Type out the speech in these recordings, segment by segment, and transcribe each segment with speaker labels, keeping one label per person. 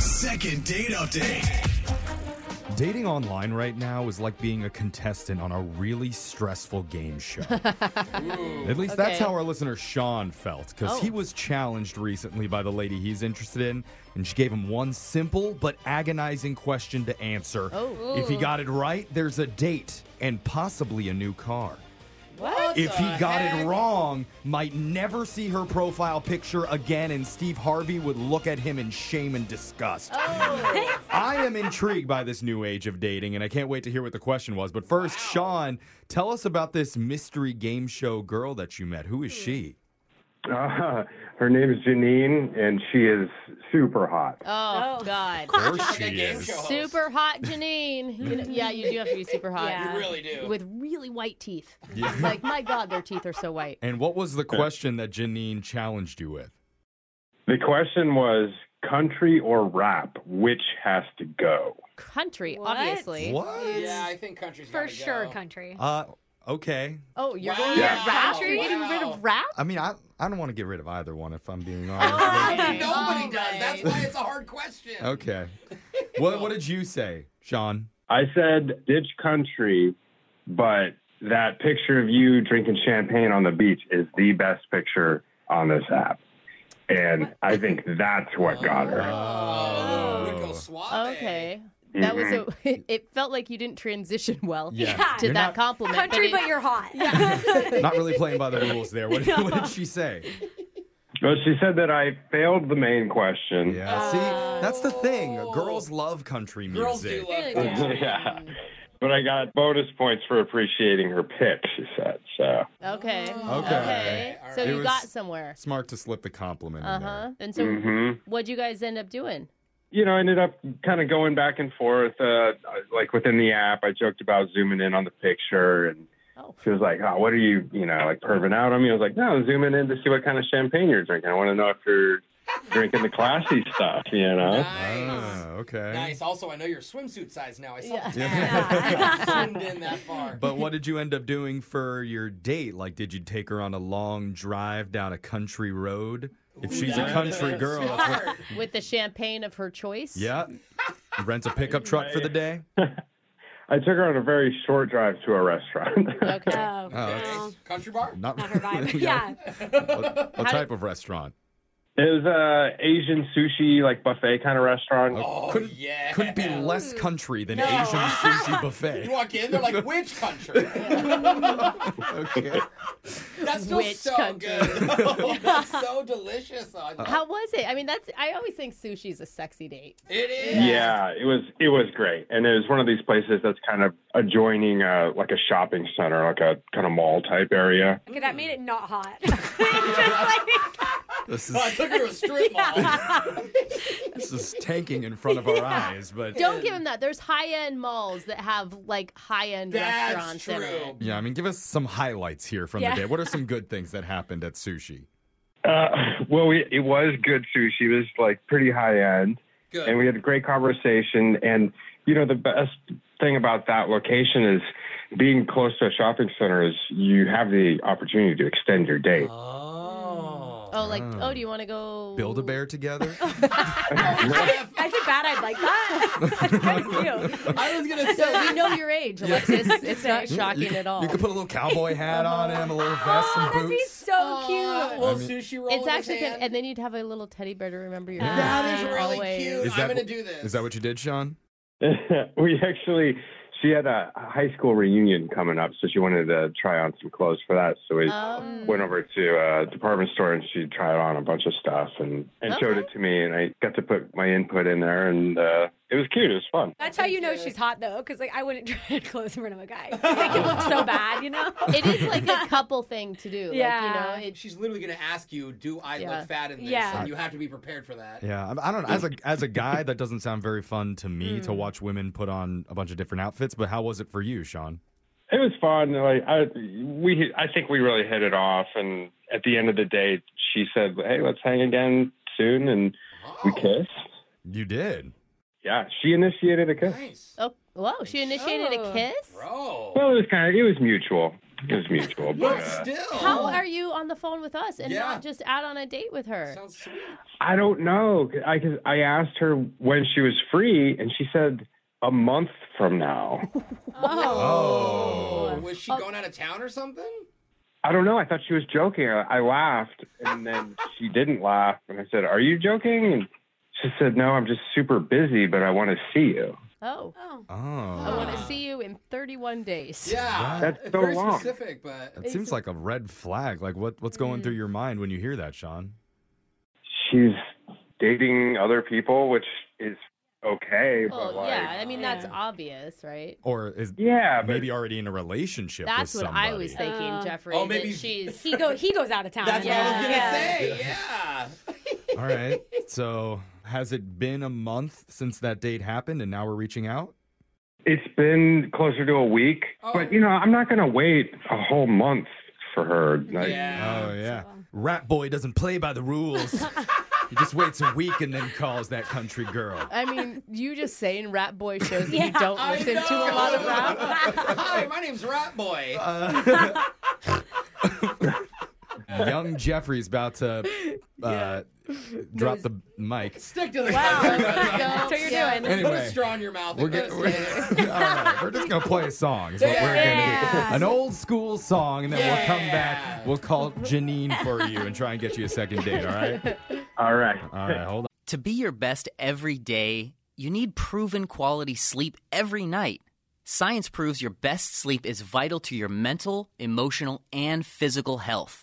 Speaker 1: Second date update.
Speaker 2: Dating online right now is like being a contestant on a really stressful game show. At least that's
Speaker 3: Okay.
Speaker 2: how our listener Sean felt, because
Speaker 3: Oh.
Speaker 2: he was challenged recently by the lady he's interested in, and she gave him one simple but agonizing question to answer.
Speaker 3: Oh.
Speaker 2: If he got it right, there's a date and possibly a new car.
Speaker 3: What?
Speaker 2: If he got it wrong, might never see her profile picture again, and Steve Harvey would look at him in shame and disgust. I am intrigued by this new age of dating, and I can't wait to hear what the question was. But first, Sean, tell us about this mystery game show girl that you met. Who is she?
Speaker 4: Uh, her name is Janine, and she is super hot.
Speaker 3: Oh, God.
Speaker 2: Of course she is.
Speaker 3: Super hot Janine. You know, yeah, you do have to be super hot.
Speaker 5: Yeah. You really
Speaker 3: do. With really white teeth. Like, my God, their teeth are so white.
Speaker 2: And what was the question that Janine challenged you with?
Speaker 4: The question was country or rap, which has to go?
Speaker 3: Country,
Speaker 5: What?
Speaker 3: obviously.
Speaker 2: What?
Speaker 6: Yeah, I think country's
Speaker 5: For
Speaker 6: gotta
Speaker 5: sure,
Speaker 6: go.
Speaker 5: country.
Speaker 2: Uh, okay.
Speaker 3: Oh, you're
Speaker 6: Wow.
Speaker 3: going to
Speaker 4: Yeah.
Speaker 3: rap?
Speaker 5: Wow.
Speaker 3: You're getting rid of rap?
Speaker 2: I mean, I, I don't want to get rid of either one if I'm being honest.
Speaker 6: Nobody
Speaker 5: All
Speaker 6: does. That's
Speaker 5: right.
Speaker 6: why it's a hard question.
Speaker 2: Okay. What, what did you say, Sean?
Speaker 4: I said ditch country, but that picture of you drinking champagne on the beach is the best picture on this app. And I think that's what got her.
Speaker 6: Oh, would go suave.
Speaker 3: Okay. That was a. It felt like you didn't transition well
Speaker 2: Mm-hmm. Yeah.
Speaker 3: to
Speaker 2: You're
Speaker 3: that
Speaker 2: not-
Speaker 3: compliment.
Speaker 5: Country,
Speaker 3: it-
Speaker 5: but you're hot.
Speaker 2: Not really playing by the rules there. What, what did she say?
Speaker 4: But she said that I failed the main question.
Speaker 2: Yeah. See, that's the thing. Girls love country music.
Speaker 6: Oh. Girls do
Speaker 5: Really
Speaker 6: love country.
Speaker 4: yeah. But I got bonus points for appreciating her pick, she said. So.
Speaker 3: Mm-hmm. okay.
Speaker 2: Okay.
Speaker 3: So
Speaker 2: It
Speaker 3: you
Speaker 2: was- Mm-hmm.
Speaker 3: got somewhere.
Speaker 2: Smart to slip the compliment
Speaker 3: Uh
Speaker 2: in
Speaker 3: huh.
Speaker 5: Uh-huh.
Speaker 2: there.
Speaker 3: And so,
Speaker 4: hmm
Speaker 3: what'd you guys end up doing?
Speaker 4: you know, I ended up kind of going back and forth. Uh, like within the app, I joked about zooming in on the picture, and
Speaker 3: Oh.
Speaker 4: she was like, "Oh, what are you, you know, like perving out on me?" I was like, "No, I'm zooming in to see what kind of champagne you're drinking. I want to know if you're drinking the classy stuff, you know."
Speaker 6: Nice.
Speaker 2: Ah, okay.
Speaker 6: Nice. Also, I know your swimsuit size now. I saw
Speaker 3: Yeah.
Speaker 6: the tag. Zoomed in that far.
Speaker 2: But what did you end up doing for your date? Like, did you take her on a long drive down a country road? If she's a country girl, that's what,
Speaker 6: Smart.
Speaker 3: With the champagne of her choice?
Speaker 2: yeah. Rent a pickup truck for the day.
Speaker 4: I took her on a very short drive to a restaurant.
Speaker 3: Okay.
Speaker 5: Oh,
Speaker 2: that's-
Speaker 5: no.
Speaker 6: Country bar.
Speaker 2: Not,
Speaker 5: Not her vibe. Yeah.
Speaker 2: What, what type of restaurant?
Speaker 4: it was a Asian sushi like buffet kind of restaurant.
Speaker 6: Oh
Speaker 2: couldn't-
Speaker 6: yeah.
Speaker 2: Couldn't be less country than
Speaker 6: No.
Speaker 2: Asian sushi
Speaker 6: You
Speaker 2: buffet.
Speaker 6: walk in, they're like, which country?
Speaker 2: Okay.
Speaker 6: That's still
Speaker 3: Which
Speaker 6: so
Speaker 3: country?
Speaker 6: good. though. That's so delicious. Oh, though.
Speaker 2: Uh,
Speaker 3: How was it? I mean, that's. I always think sushi's a sexy date.
Speaker 6: it is.
Speaker 4: Yeah, it was it was great, and it was one of these places that's kind of adjoining uh, like a shopping center, like a kind of mall type area.
Speaker 5: Okay, that made it not hot. Just like,
Speaker 2: This
Speaker 6: Oh, I
Speaker 2: is
Speaker 6: took her to a strip mall.
Speaker 2: this is tanking in front of our eyes, but
Speaker 3: Don't give him that. There's high end malls that have like high end
Speaker 6: That's
Speaker 3: restaurants
Speaker 6: true.
Speaker 3: in it.
Speaker 2: yeah, I mean, give us some highlights here from
Speaker 5: Yeah.
Speaker 2: the day. What are some good things that happened at sushi?
Speaker 4: Uh, well, we, it was good sushi. It was like pretty high end,
Speaker 6: Good.
Speaker 4: and we had a great conversation. And you know, the best thing about that location is being close to a shopping center is you have the opportunity to extend your date.
Speaker 6: Oh.
Speaker 3: Oh, like, oh, do you want to go
Speaker 2: Hmm. Build a bear together?
Speaker 6: Jeff,
Speaker 5: I said bad, I'd like that. That's kind of cute.
Speaker 6: I was gonna
Speaker 3: So we
Speaker 6: say.
Speaker 3: know your age, Alexis. It's not shocking at all.
Speaker 2: You could put a little cowboy hat on him, a little vest,
Speaker 7: Oh,
Speaker 2: some
Speaker 5: That'd be
Speaker 2: boots.
Speaker 5: so
Speaker 6: Uh,
Speaker 5: cute.
Speaker 6: little
Speaker 2: I mean-
Speaker 6: sushi roll.
Speaker 3: It's
Speaker 6: in his
Speaker 3: actually good.
Speaker 6: hand.
Speaker 3: And then you'd have a little teddy bear to remember your name.
Speaker 6: that is really
Speaker 3: Always.
Speaker 6: cute.
Speaker 2: Is
Speaker 6: I'm
Speaker 2: that-
Speaker 6: gonna do this.
Speaker 2: Is that what you did, Sean?
Speaker 4: we actually, she had a high school reunion coming up, so she wanted to try on some clothes for that. So we
Speaker 3: Um,
Speaker 4: went over to a department store and she tried on a bunch of stuff and, and showed it to me and I got to put my input in there and uh, it was cute. It was fun.
Speaker 5: That's how you know she's hot though, because like I wouldn't try to close in front of a guy. 'Cause They can look so bad, you know.
Speaker 3: it is like a couple thing to do.
Speaker 5: Yeah.
Speaker 3: Like, you know, it,
Speaker 6: She's literally gonna ask you, "Do I
Speaker 3: Yeah.
Speaker 6: look fat in this?"
Speaker 5: Yeah.
Speaker 6: And you have to be prepared for that.
Speaker 2: Yeah, I- I don't. As a as a guy, that doesn't sound very fun to me to watch women put on a bunch of different outfits. But how was it for you, Sean?
Speaker 4: It was fun. Like I, we, I think we really hit it off. And at the end of the day, she said, "Hey, let's hang again soon," and
Speaker 6: Oh,
Speaker 4: we kissed.
Speaker 2: You did.
Speaker 4: Yeah, she initiated a kiss.
Speaker 6: Nice,
Speaker 3: oh, whoa. She initiated a
Speaker 5: Oh.
Speaker 3: kiss?
Speaker 6: bro.
Speaker 4: Well, it was kind of it was mutual. It was mutual, but
Speaker 6: But
Speaker 4: uh,
Speaker 6: still.
Speaker 3: How are you on the phone with us and
Speaker 6: Yeah.
Speaker 3: not just out on a date with her?
Speaker 6: Sounds sweet.
Speaker 4: I don't know. 'cause I cause I asked her when she was free, and she said a month from now.
Speaker 6: Oh, was she going out of town or something?
Speaker 4: I don't know. I thought she was joking. I, I laughed, and then she didn't laugh. And I said, "Are you joking?" And she said, "No, I'm just super busy, but I want to see you."
Speaker 3: oh,
Speaker 5: Oh.
Speaker 3: I
Speaker 2: Oh.
Speaker 3: want to see you in 31 days.
Speaker 6: Yeah.
Speaker 4: That's so
Speaker 6: Very
Speaker 4: long.
Speaker 6: specific, but
Speaker 2: That seems like a red flag. Like what what's going through
Speaker 3: Mm.
Speaker 2: your mind when you hear that, Sean?
Speaker 4: She's dating other people, which is okay.
Speaker 3: Well,
Speaker 4: but like,
Speaker 3: Oh, yeah. I mean, that's
Speaker 5: Yeah.
Speaker 3: obvious, right?
Speaker 2: Or is
Speaker 4: yeah, but
Speaker 2: maybe already in a relationship
Speaker 3: That's
Speaker 2: with
Speaker 3: what
Speaker 2: somebody?
Speaker 3: I was thinking,
Speaker 5: Uh,
Speaker 3: Jeffrey.
Speaker 6: Oh,
Speaker 3: that
Speaker 6: maybe-
Speaker 3: she's.
Speaker 5: He go he goes out of town.
Speaker 6: that's what I
Speaker 3: Yeah.
Speaker 6: was gonna
Speaker 5: Yeah.
Speaker 6: say. Yeah.
Speaker 2: All right. So has it been a month since that date happened and now we're reaching out?
Speaker 4: It's been closer to a week,
Speaker 3: Oh.
Speaker 4: but you know, I'm not going to wait a whole month for her. Like,
Speaker 2: Oh
Speaker 6: Yeah.
Speaker 2: yeah. Rat boy doesn't play by the rules. he just waits a week and then calls that country girl.
Speaker 3: I mean, you just saying Rat Boy shows that you
Speaker 5: Yeah.
Speaker 3: don't
Speaker 6: I
Speaker 3: listen to
Speaker 6: know.
Speaker 3: a lot of rap.
Speaker 6: Hi, my name's Rat Boy.
Speaker 2: Young Jeffrey's about to uh, drop the mic.
Speaker 6: Stick to the wow.
Speaker 5: That's what you're doing.
Speaker 6: Put
Speaker 2: Anyway.
Speaker 6: a straw in your mouth.
Speaker 2: We're,
Speaker 6: and
Speaker 2: get,
Speaker 6: let
Speaker 2: we're,
Speaker 6: us get it.
Speaker 2: all right, we're just gonna play a song. Is what we're gonna
Speaker 5: Yeah.
Speaker 2: do. An old school song, and then we'll come
Speaker 6: Yeah.
Speaker 2: back. We'll call Janine for you and try and get you a second date. All right.
Speaker 4: all right.
Speaker 2: All right. Hold
Speaker 8: To be your best every day, you need proven quality sleep every night. Science proves your best sleep is vital to your mental, emotional, and physical health.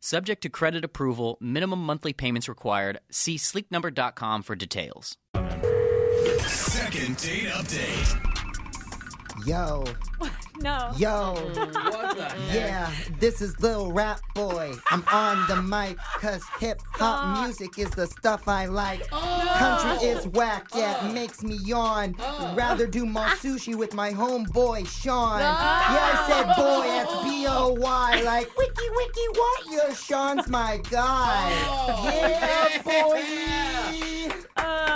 Speaker 8: Subject to credit approval, minimum monthly payments required. See sleepnumber.com for details.
Speaker 1: Second date update.
Speaker 9: Yo,
Speaker 5: No.
Speaker 9: yo,
Speaker 6: What the heck?
Speaker 9: yeah, this is Lil Rap Boy. I'm on the mic, cause hip hop music is the stuff I like.
Speaker 6: Oh.
Speaker 9: Country is whack, yeah, it makes me yawn. Rather do my sushi with my homeboy Sean. Yeah, I said boy, that's B O Y, like wiki wiki what? Yo, Sean's my guy.
Speaker 6: Oh.
Speaker 9: yeah, boy.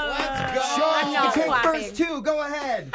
Speaker 6: Let's go.
Speaker 9: Sean, you
Speaker 5: not
Speaker 9: can take
Speaker 5: clapping.
Speaker 9: first two, go ahead.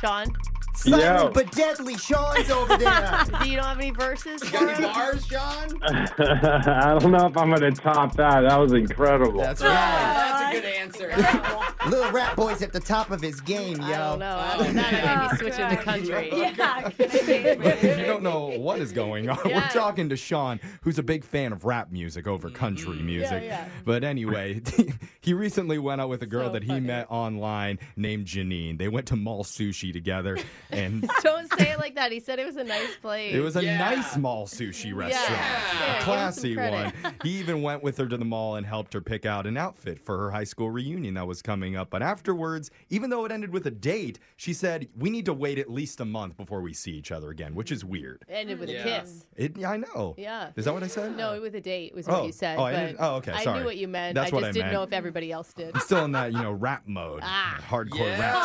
Speaker 3: Sean,
Speaker 9: Silent
Speaker 4: Yo.
Speaker 9: but deadly, Sean's over there.
Speaker 3: do you don't have any verses for
Speaker 6: Got any
Speaker 3: us?
Speaker 6: bars, John?
Speaker 4: I don't know if I'm going to top that. That was incredible.
Speaker 2: That's right.
Speaker 6: That's a good answer.
Speaker 9: Little Rat Boy's at the top of his game, yo.
Speaker 3: I don't know. After that, I might be switching to country.
Speaker 5: Yeah.
Speaker 2: If you don't know what is going on, we're
Speaker 3: Yeah. Mm-hmm.
Speaker 2: talking to Sean, who's a big fan of rap music over country music.
Speaker 3: yeah.
Speaker 2: But anyway, he recently went out with a girl
Speaker 3: So
Speaker 2: that he
Speaker 3: funny.
Speaker 2: met online named Janine. They went to mall sushi together, and
Speaker 3: Don't say it like that. He said it was a nice place.
Speaker 2: it was a
Speaker 6: Yeah.
Speaker 2: nice mall sushi restaurant.
Speaker 3: Yeah, give
Speaker 2: A
Speaker 3: him some
Speaker 2: classy one.
Speaker 3: credit.
Speaker 2: He even went with her to the mall and helped her pick out an outfit for her high school reunion that was coming up. But afterwards, even though it ended with a date, she said, We need to wait at least a month before we see each other again, which is weird.
Speaker 3: Ended with
Speaker 6: Yeah.
Speaker 3: a kiss.
Speaker 2: It, I know.
Speaker 3: Yeah.
Speaker 2: Is that what I said?
Speaker 3: No, with a date was
Speaker 2: Oh.
Speaker 3: what you said.
Speaker 2: Oh, I
Speaker 3: but
Speaker 2: didn't- oh, okay,
Speaker 3: I
Speaker 2: sorry.
Speaker 3: knew what you meant.
Speaker 2: That's
Speaker 3: I just
Speaker 2: what I
Speaker 3: didn't know
Speaker 2: meant.
Speaker 3: if everybody else did.
Speaker 2: I'm still in that, you know, rap mode.
Speaker 3: Ah.
Speaker 2: Hardcore rap.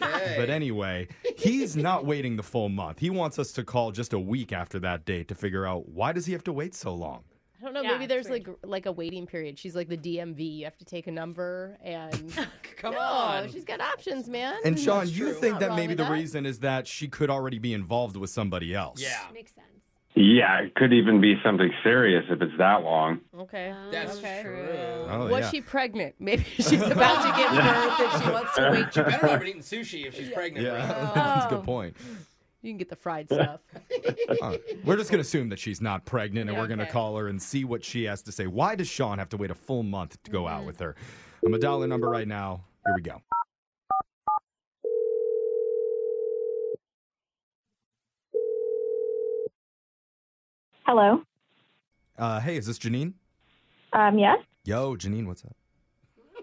Speaker 6: Yeah. Okay.
Speaker 2: But anyway, he's not waiting the full month. He wants us to call just a week after that date to figure out why does he have to wait so long?
Speaker 3: I don't know.
Speaker 5: Yeah,
Speaker 3: maybe there's
Speaker 5: it's weird.
Speaker 3: like like a waiting period. She's like the DMV. You have to take a number and.
Speaker 6: Come
Speaker 3: Oh,
Speaker 6: on.
Speaker 3: she's got options, man.
Speaker 2: And Sean, you
Speaker 6: true.
Speaker 2: think
Speaker 3: Mm, Not
Speaker 2: that
Speaker 3: wrong
Speaker 2: maybe
Speaker 3: with
Speaker 2: the
Speaker 3: that.
Speaker 2: reason is that she could already be involved with somebody else.
Speaker 6: Yeah.
Speaker 5: Makes sense.
Speaker 4: Yeah, it could even be something serious if it's that long.
Speaker 3: Okay.
Speaker 5: Um,
Speaker 6: That's
Speaker 3: okay.
Speaker 6: true.
Speaker 2: Oh,
Speaker 3: Was
Speaker 2: yeah.
Speaker 3: she pregnant? Maybe she's about to give birth and she wants to wait.
Speaker 6: Better not have been eating sushi if she's pregnant.
Speaker 2: Yeah.
Speaker 3: Oh.
Speaker 6: bro.
Speaker 2: That's a good point.
Speaker 3: You can get the fried stuff.
Speaker 2: Uh, we're just going to assume that she's not pregnant and
Speaker 3: Yeah,
Speaker 2: we're going to
Speaker 3: okay.
Speaker 2: call her and see what she has to say. Why does Sean have to wait a full month to go
Speaker 3: Mm-hmm.
Speaker 2: out with her? I'm a dollar number right now. Here we go.
Speaker 7: Hello.
Speaker 2: Uh, hey, is this Janine?
Speaker 7: Um, yes.
Speaker 2: Yo, Janine, what's up?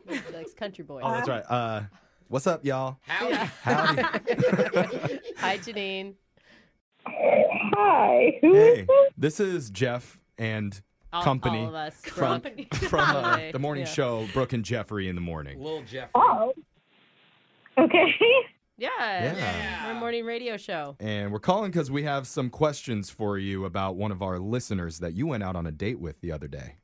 Speaker 3: She likes country boys.
Speaker 2: Oh, that's right. Uh, what's up, y'all?
Speaker 6: Howdy.
Speaker 2: Howdy.
Speaker 3: Hi, Janine.
Speaker 7: Hi. Who is
Speaker 2: hey,
Speaker 7: this?
Speaker 2: this is Jeff and
Speaker 3: All,
Speaker 2: Company
Speaker 3: all of us.
Speaker 2: from, from uh,
Speaker 3: Company.
Speaker 2: the morning
Speaker 3: Yeah.
Speaker 2: show, Brooke and Jeffrey in the morning.
Speaker 6: Little Jeffrey.
Speaker 7: Oh. Okay.
Speaker 3: Yeah.
Speaker 2: Yeah.
Speaker 3: Our morning radio show.
Speaker 2: And we're calling because we have some questions for you about one of our listeners that you went out on a date with the other day.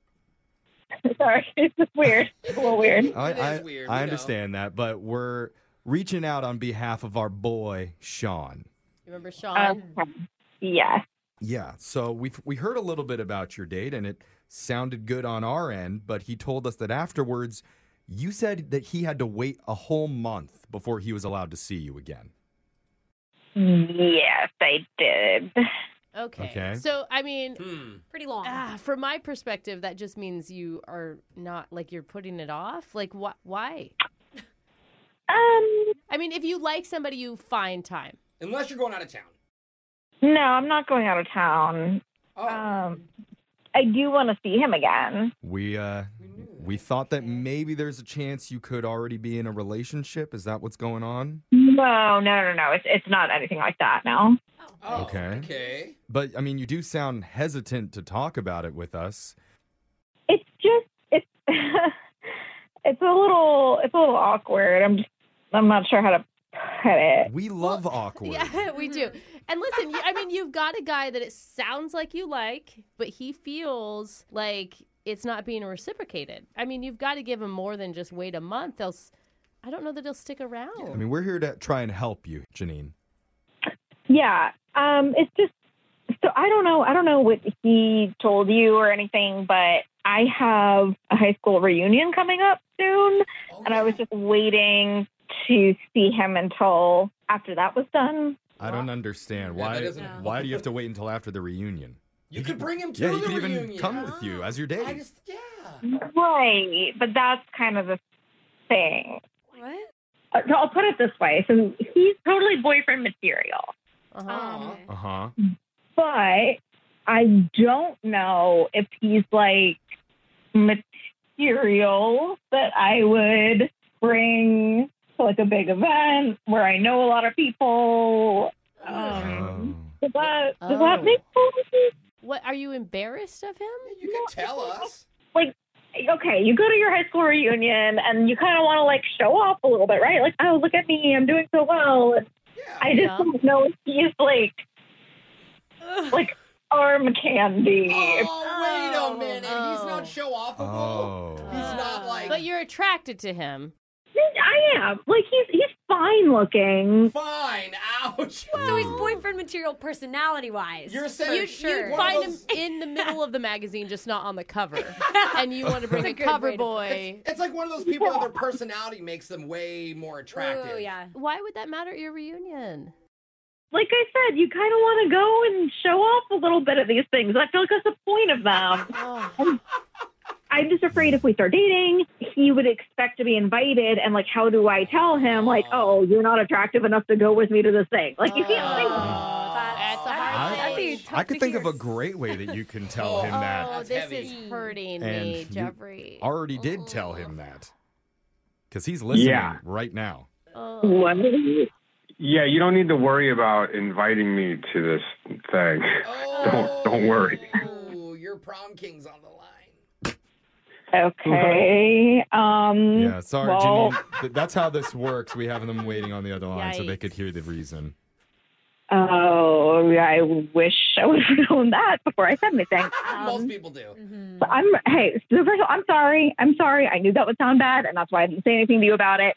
Speaker 7: Sorry. It's just weird. It's a little weird.
Speaker 2: I,
Speaker 6: It is
Speaker 2: I,
Speaker 6: weird, we
Speaker 2: I
Speaker 6: know.
Speaker 2: understand that, but we're reaching out on behalf of our boy Sean.
Speaker 3: You remember Sean?
Speaker 7: Okay. Yes.
Speaker 2: Yeah. So we we heard a little bit about your date, and it sounded good on our end. But he told us that afterwards, you said that he had to wait a whole month before he was allowed to see you again.
Speaker 7: Yes, I did.
Speaker 3: okay.
Speaker 2: Okay.
Speaker 3: So, I mean,
Speaker 6: Hmm.
Speaker 5: Pretty long.
Speaker 3: ah, from my perspective, that just means you are not like you're putting it off. Like, wh- why?
Speaker 7: Um,
Speaker 3: I mean, if you like somebody, you find time.
Speaker 6: Unless you're going out of town.
Speaker 7: no, I'm not going out of town.
Speaker 6: Oh.
Speaker 7: Um, I do want to see him again.
Speaker 2: We uh, we thought that maybe there's a chance you could already be in a relationship. Is that what's going on?
Speaker 7: No, no, no, no. It's it's not anything like that. No.
Speaker 6: oh
Speaker 2: Okay.
Speaker 6: okay.
Speaker 2: But I mean, you do sound hesitant to talk about it with us.
Speaker 7: It's just it's it's a little it's a little awkward. I'm just I'm not sure how to put it.
Speaker 2: We love awkward.
Speaker 3: Yeah, we do. And listen, you- I mean, you've got a guy that it sounds like you like, but he feels like it's not being reciprocated. I mean, you've got to give him more than just wait a month. They'll, s- I don't know that he'll stick around.
Speaker 2: I mean, we're here to try and help you, Janine.
Speaker 7: Yeah. Um, it's just so I don't know. I don't know what he told you or anything, but I have a high school reunion coming up soon, and I was just waiting to see him until after that was done.
Speaker 2: I don't understand
Speaker 6: Yeah,
Speaker 2: why.
Speaker 6: that doesn't-
Speaker 2: Why do you have to wait until after the reunion?
Speaker 6: You could bring him to
Speaker 2: Yeah,
Speaker 6: the
Speaker 2: he could
Speaker 6: reunion.
Speaker 2: even come with you as your
Speaker 6: I
Speaker 2: date.
Speaker 6: just, yeah.
Speaker 7: Right, but that's kind of the thing.
Speaker 5: What?
Speaker 7: Uh, so I'll put it this way: so he's totally boyfriend material,
Speaker 3: Uh-huh.
Speaker 5: Um,
Speaker 6: Aw.
Speaker 2: Uh huh.
Speaker 7: but I don't know if he's like material that I would bring to like a big event where I know a lot of people. Um, Does that does
Speaker 3: Oh.
Speaker 7: that make sense?
Speaker 3: What are you embarrassed of him?
Speaker 6: You could tell us.
Speaker 7: okay, you go to your high school reunion and you kind of want to like show off a little bit, right? Like, oh, look at me, I'm doing so well. And I just
Speaker 3: Yeah.
Speaker 7: don't know if he's like like arm candy.
Speaker 6: Oh,
Speaker 3: Oh,
Speaker 6: wait a minute. He's
Speaker 3: oh.
Speaker 6: not show offable. He's
Speaker 2: Oh.
Speaker 6: not like
Speaker 3: But you're attracted to him.
Speaker 7: I am like he's he's fine looking.
Speaker 6: fine. Ouch.
Speaker 5: So he's boyfriend material personality wise.
Speaker 6: You're saying
Speaker 3: You,
Speaker 6: For sure.
Speaker 3: you
Speaker 6: One of
Speaker 3: find him
Speaker 6: those-
Speaker 3: in the middle of the magazine, just not on the cover. and you want to bring a,
Speaker 5: a good
Speaker 3: cover
Speaker 5: way to put
Speaker 3: boy.
Speaker 6: It's like one of those people that their personality makes them way more attractive.
Speaker 5: Ooh, yeah.
Speaker 3: Why would that matter at your reunion?
Speaker 7: Like I said, you kind of want to go and show off a little bit of these things. I feel like that's the point of them.
Speaker 3: Oh,
Speaker 7: I'm just afraid if we start dating, he would expect to be invited, and like, how do I tell him? Like, oh, you're not attractive enough to go with me to this thing. Like, you can't say that.
Speaker 5: Oh, that's,
Speaker 3: That's a
Speaker 5: that,
Speaker 3: hard
Speaker 5: that'd be
Speaker 3: thing.
Speaker 5: tough
Speaker 2: I could
Speaker 5: to
Speaker 2: think of
Speaker 5: hear.
Speaker 2: a great way that you can tell him
Speaker 6: Oh.
Speaker 2: that.
Speaker 3: oh,
Speaker 6: That's
Speaker 3: this
Speaker 6: heavy.
Speaker 3: is hurting
Speaker 2: And
Speaker 3: me,
Speaker 2: you
Speaker 3: Jeffrey.
Speaker 2: Already did tell him that. Because he's listening
Speaker 4: Yeah.
Speaker 2: right now.
Speaker 3: Oh.
Speaker 7: What?
Speaker 4: Yeah, you don't need to worry about inviting me to this thing.
Speaker 6: Oh,
Speaker 4: Don't- don't worry.
Speaker 6: Ooh, your prom king's on the line.
Speaker 7: Okay.
Speaker 4: Mm.
Speaker 7: Um.
Speaker 2: Yeah, sorry,
Speaker 7: well,
Speaker 2: Janine. Th- That's how this works. We have them waiting on the other line so they
Speaker 3: Yikes.
Speaker 2: could hear the reason.
Speaker 7: Oh, I wish I would have known that before I said anything.
Speaker 6: Most
Speaker 7: Um,
Speaker 6: people do.
Speaker 5: Mhm.
Speaker 7: but I'm hey, so first of all, I'm sorry. I'm sorry. I knew that would sound bad, and that's why I didn't say anything to you about it.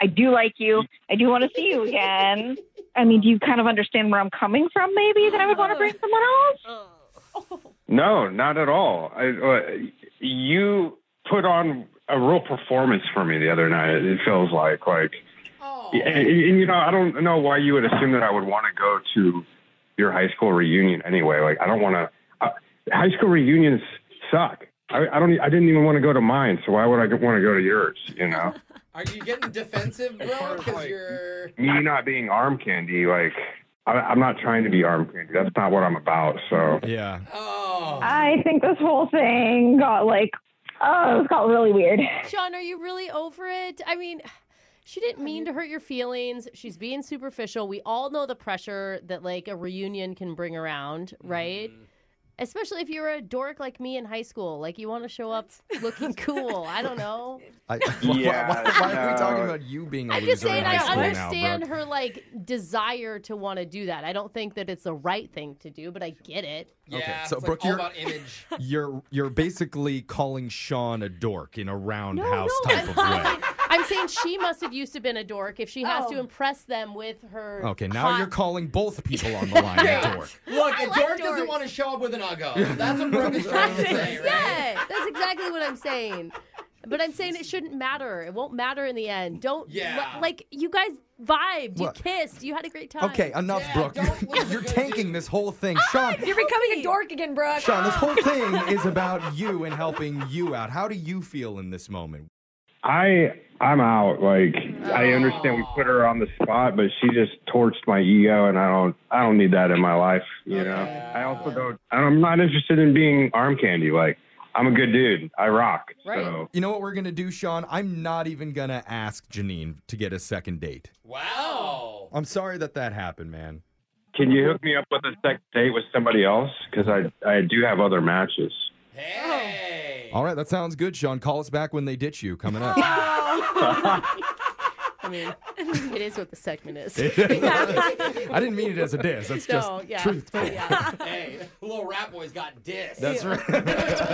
Speaker 7: I do like you. I do want to see you again. I mean, do you kind of understand where I'm coming from? Maybe that I would want
Speaker 3: Oh.
Speaker 7: to bring someone else.
Speaker 4: No, not at all. I, uh, you put on a real performance for me the other night. It feels like like
Speaker 6: Oh,
Speaker 4: And, and, and, you know, I don't know why you would assume that I would want to go to your high school reunion anyway. Like, I don't want to. Uh, high school reunions suck. I, I don't. e, I didn't even want to go to mine, so why would I want to go to yours? You know,
Speaker 6: Are you getting defensive, bro? Because you're.
Speaker 4: me not being arm candy. Like, I, I'm not trying to be arm candy. That's not what I'm about. So
Speaker 2: Yeah.
Speaker 6: Oh.
Speaker 7: I think this whole thing got like, oh, it got really weird.
Speaker 3: Sean, are you really over it? I mean, she didn't mean to hurt your feelings. She's being superficial. We all know the pressure that like a reunion can bring around, right? Especially if you're a dork like me in high school. Like you want to show up looking cool. I don't know.
Speaker 2: I,
Speaker 4: Yeah,
Speaker 2: why, why, why are we
Speaker 4: no.
Speaker 2: talking about you being a
Speaker 3: I'm
Speaker 2: loser
Speaker 3: just saying
Speaker 2: in
Speaker 3: I
Speaker 2: high school
Speaker 3: understand
Speaker 2: now, Brooke?
Speaker 3: her like desire to want to do that. I don't think that it's the right thing to do, but I get it.
Speaker 6: Yeah,
Speaker 2: Okay,
Speaker 6: it's
Speaker 2: so,
Speaker 6: like
Speaker 2: Brooke,
Speaker 6: all
Speaker 2: you're-
Speaker 6: about image.
Speaker 2: You're you're basically calling Sean a dork in a roundhouse
Speaker 3: Oh, no,
Speaker 2: type of way.
Speaker 3: I'm saying she must have used to been a dork if she has
Speaker 5: Oh.
Speaker 3: to impress them with her
Speaker 2: Okay, now
Speaker 3: hot
Speaker 2: you're calling both people on the line a dork.
Speaker 6: Look, if Dork
Speaker 3: dorks.
Speaker 6: doesn't want to show up with an uggo. That's what Brooke is trying to say, right?
Speaker 3: Yeah, that's exactly what I'm saying. But I'm saying it shouldn't matter. It won't matter in the end. Don't.
Speaker 6: Yeah.
Speaker 3: li- like you guys vibed.
Speaker 2: What?
Speaker 3: You kissed. You had a great time.
Speaker 2: Okay, enough,
Speaker 6: Yeah,
Speaker 2: Brooke.
Speaker 6: don't lose a
Speaker 2: You're
Speaker 6: good
Speaker 2: tanking
Speaker 6: dude.
Speaker 2: this whole thing,
Speaker 3: Ah,
Speaker 2: Sean.
Speaker 5: You're becoming a dork again, Brooke.
Speaker 2: Sean, this whole thing is about you and helping you out. How do you feel in this moment?
Speaker 4: I I'm out. Like I understand we put her on the spot, but she just torched my ego, and I don't I don't need that in my life. You know. I also don't. I'm not interested in being arm candy. Like I'm a good dude. I rock.
Speaker 3: Right.
Speaker 4: So
Speaker 2: You know what we're gonna do, Sean? I'm not even gonna ask Janine to get a second date.
Speaker 5: Oh.
Speaker 6: Wow.
Speaker 2: I'm sorry that that happened, man.
Speaker 4: can you hook me up with a second date with somebody else? Because I I do have other matches.
Speaker 6: Hey.
Speaker 2: All right, that sounds good, Sean. Call us back when they ditch you. Coming up.
Speaker 3: Ah. I mean, it is what the segment is.
Speaker 2: I didn't mean it as a diss. That's
Speaker 3: No,
Speaker 2: just
Speaker 3: yeah.
Speaker 2: truthful.
Speaker 5: Oh.
Speaker 3: yeah.
Speaker 6: Hey, little rat boy's got dissed.
Speaker 2: That's right.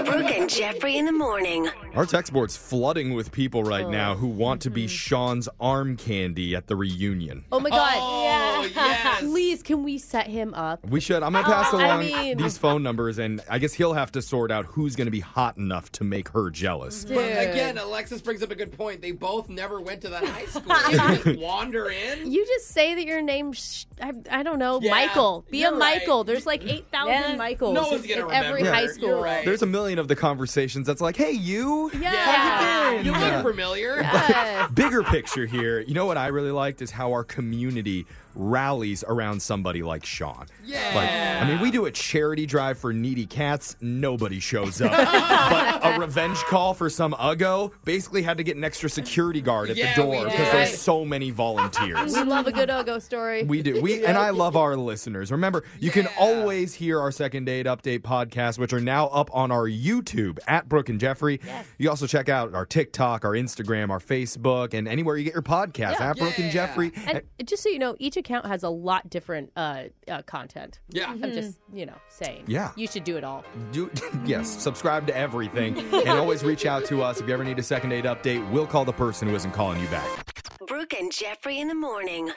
Speaker 10: Brooke and Jeffrey in the morning.
Speaker 2: Our text board's flooding with people right now
Speaker 3: Oh,
Speaker 2: who want to
Speaker 3: mm-hmm.
Speaker 2: be Sean's arm candy at the reunion.
Speaker 3: Oh my God.
Speaker 6: Oh, yes.
Speaker 3: Please, can we set him up?
Speaker 2: We should. I'm gonna pass
Speaker 3: Oh, I
Speaker 2: along
Speaker 3: mean-
Speaker 2: these phone numbers, and I guess he'll have to sort out who's gonna be hot enough to make her jealous.
Speaker 3: Mm-hmm.
Speaker 6: But again, Alexis brings up a good point. They both never went to that high school. They just wander in.
Speaker 3: You just say that your name's sh- I, I don't know
Speaker 6: Yeah,
Speaker 3: Michael. Be a
Speaker 6: you're right.
Speaker 3: Michael. There's like eight thousand
Speaker 5: Yeah.
Speaker 3: Michaels
Speaker 6: No one's gonna
Speaker 3: in every
Speaker 6: remember.
Speaker 3: high
Speaker 6: You're
Speaker 3: school.
Speaker 6: right.
Speaker 2: There's a million of the conversations that's like, "Hey, you."
Speaker 3: Yeah.
Speaker 6: You look familiar.
Speaker 3: Yeah.
Speaker 2: Bigger picture here. You know what I really liked is how our community rallies around somebody like Sean.
Speaker 6: Yeah.
Speaker 2: Like, I mean, we do a charity drive for needy cats. Nobody shows up. but a revenge call for some uggo basically had to get an extra security guard at
Speaker 6: Yeah,
Speaker 2: the door
Speaker 6: we
Speaker 2: because
Speaker 6: did.
Speaker 2: there's so many volunteers.
Speaker 3: we love a good Ogo story.
Speaker 2: We do. We and I love our listeners. Remember, you can
Speaker 6: Yeah.
Speaker 2: always hear our second date update podcasts, which are now up on our YouTube at Brooke and Jeffrey. You also check out our TikTok, our Instagram, our Facebook, and anywhere you get your podcast at Brooke and
Speaker 6: Yeah.
Speaker 2: Jeffrey.
Speaker 3: And just so you know, each account has a lot different uh, uh, content.
Speaker 6: Yeah.
Speaker 3: I'm just, you know, saying.
Speaker 2: Yeah.
Speaker 3: You should do it all.
Speaker 2: Do, yes, subscribe to everything, and always reach out to us if you ever need a second date update. We'll call the person who isn't calling you back.
Speaker 10: Brooke and Jeffrey in the morning.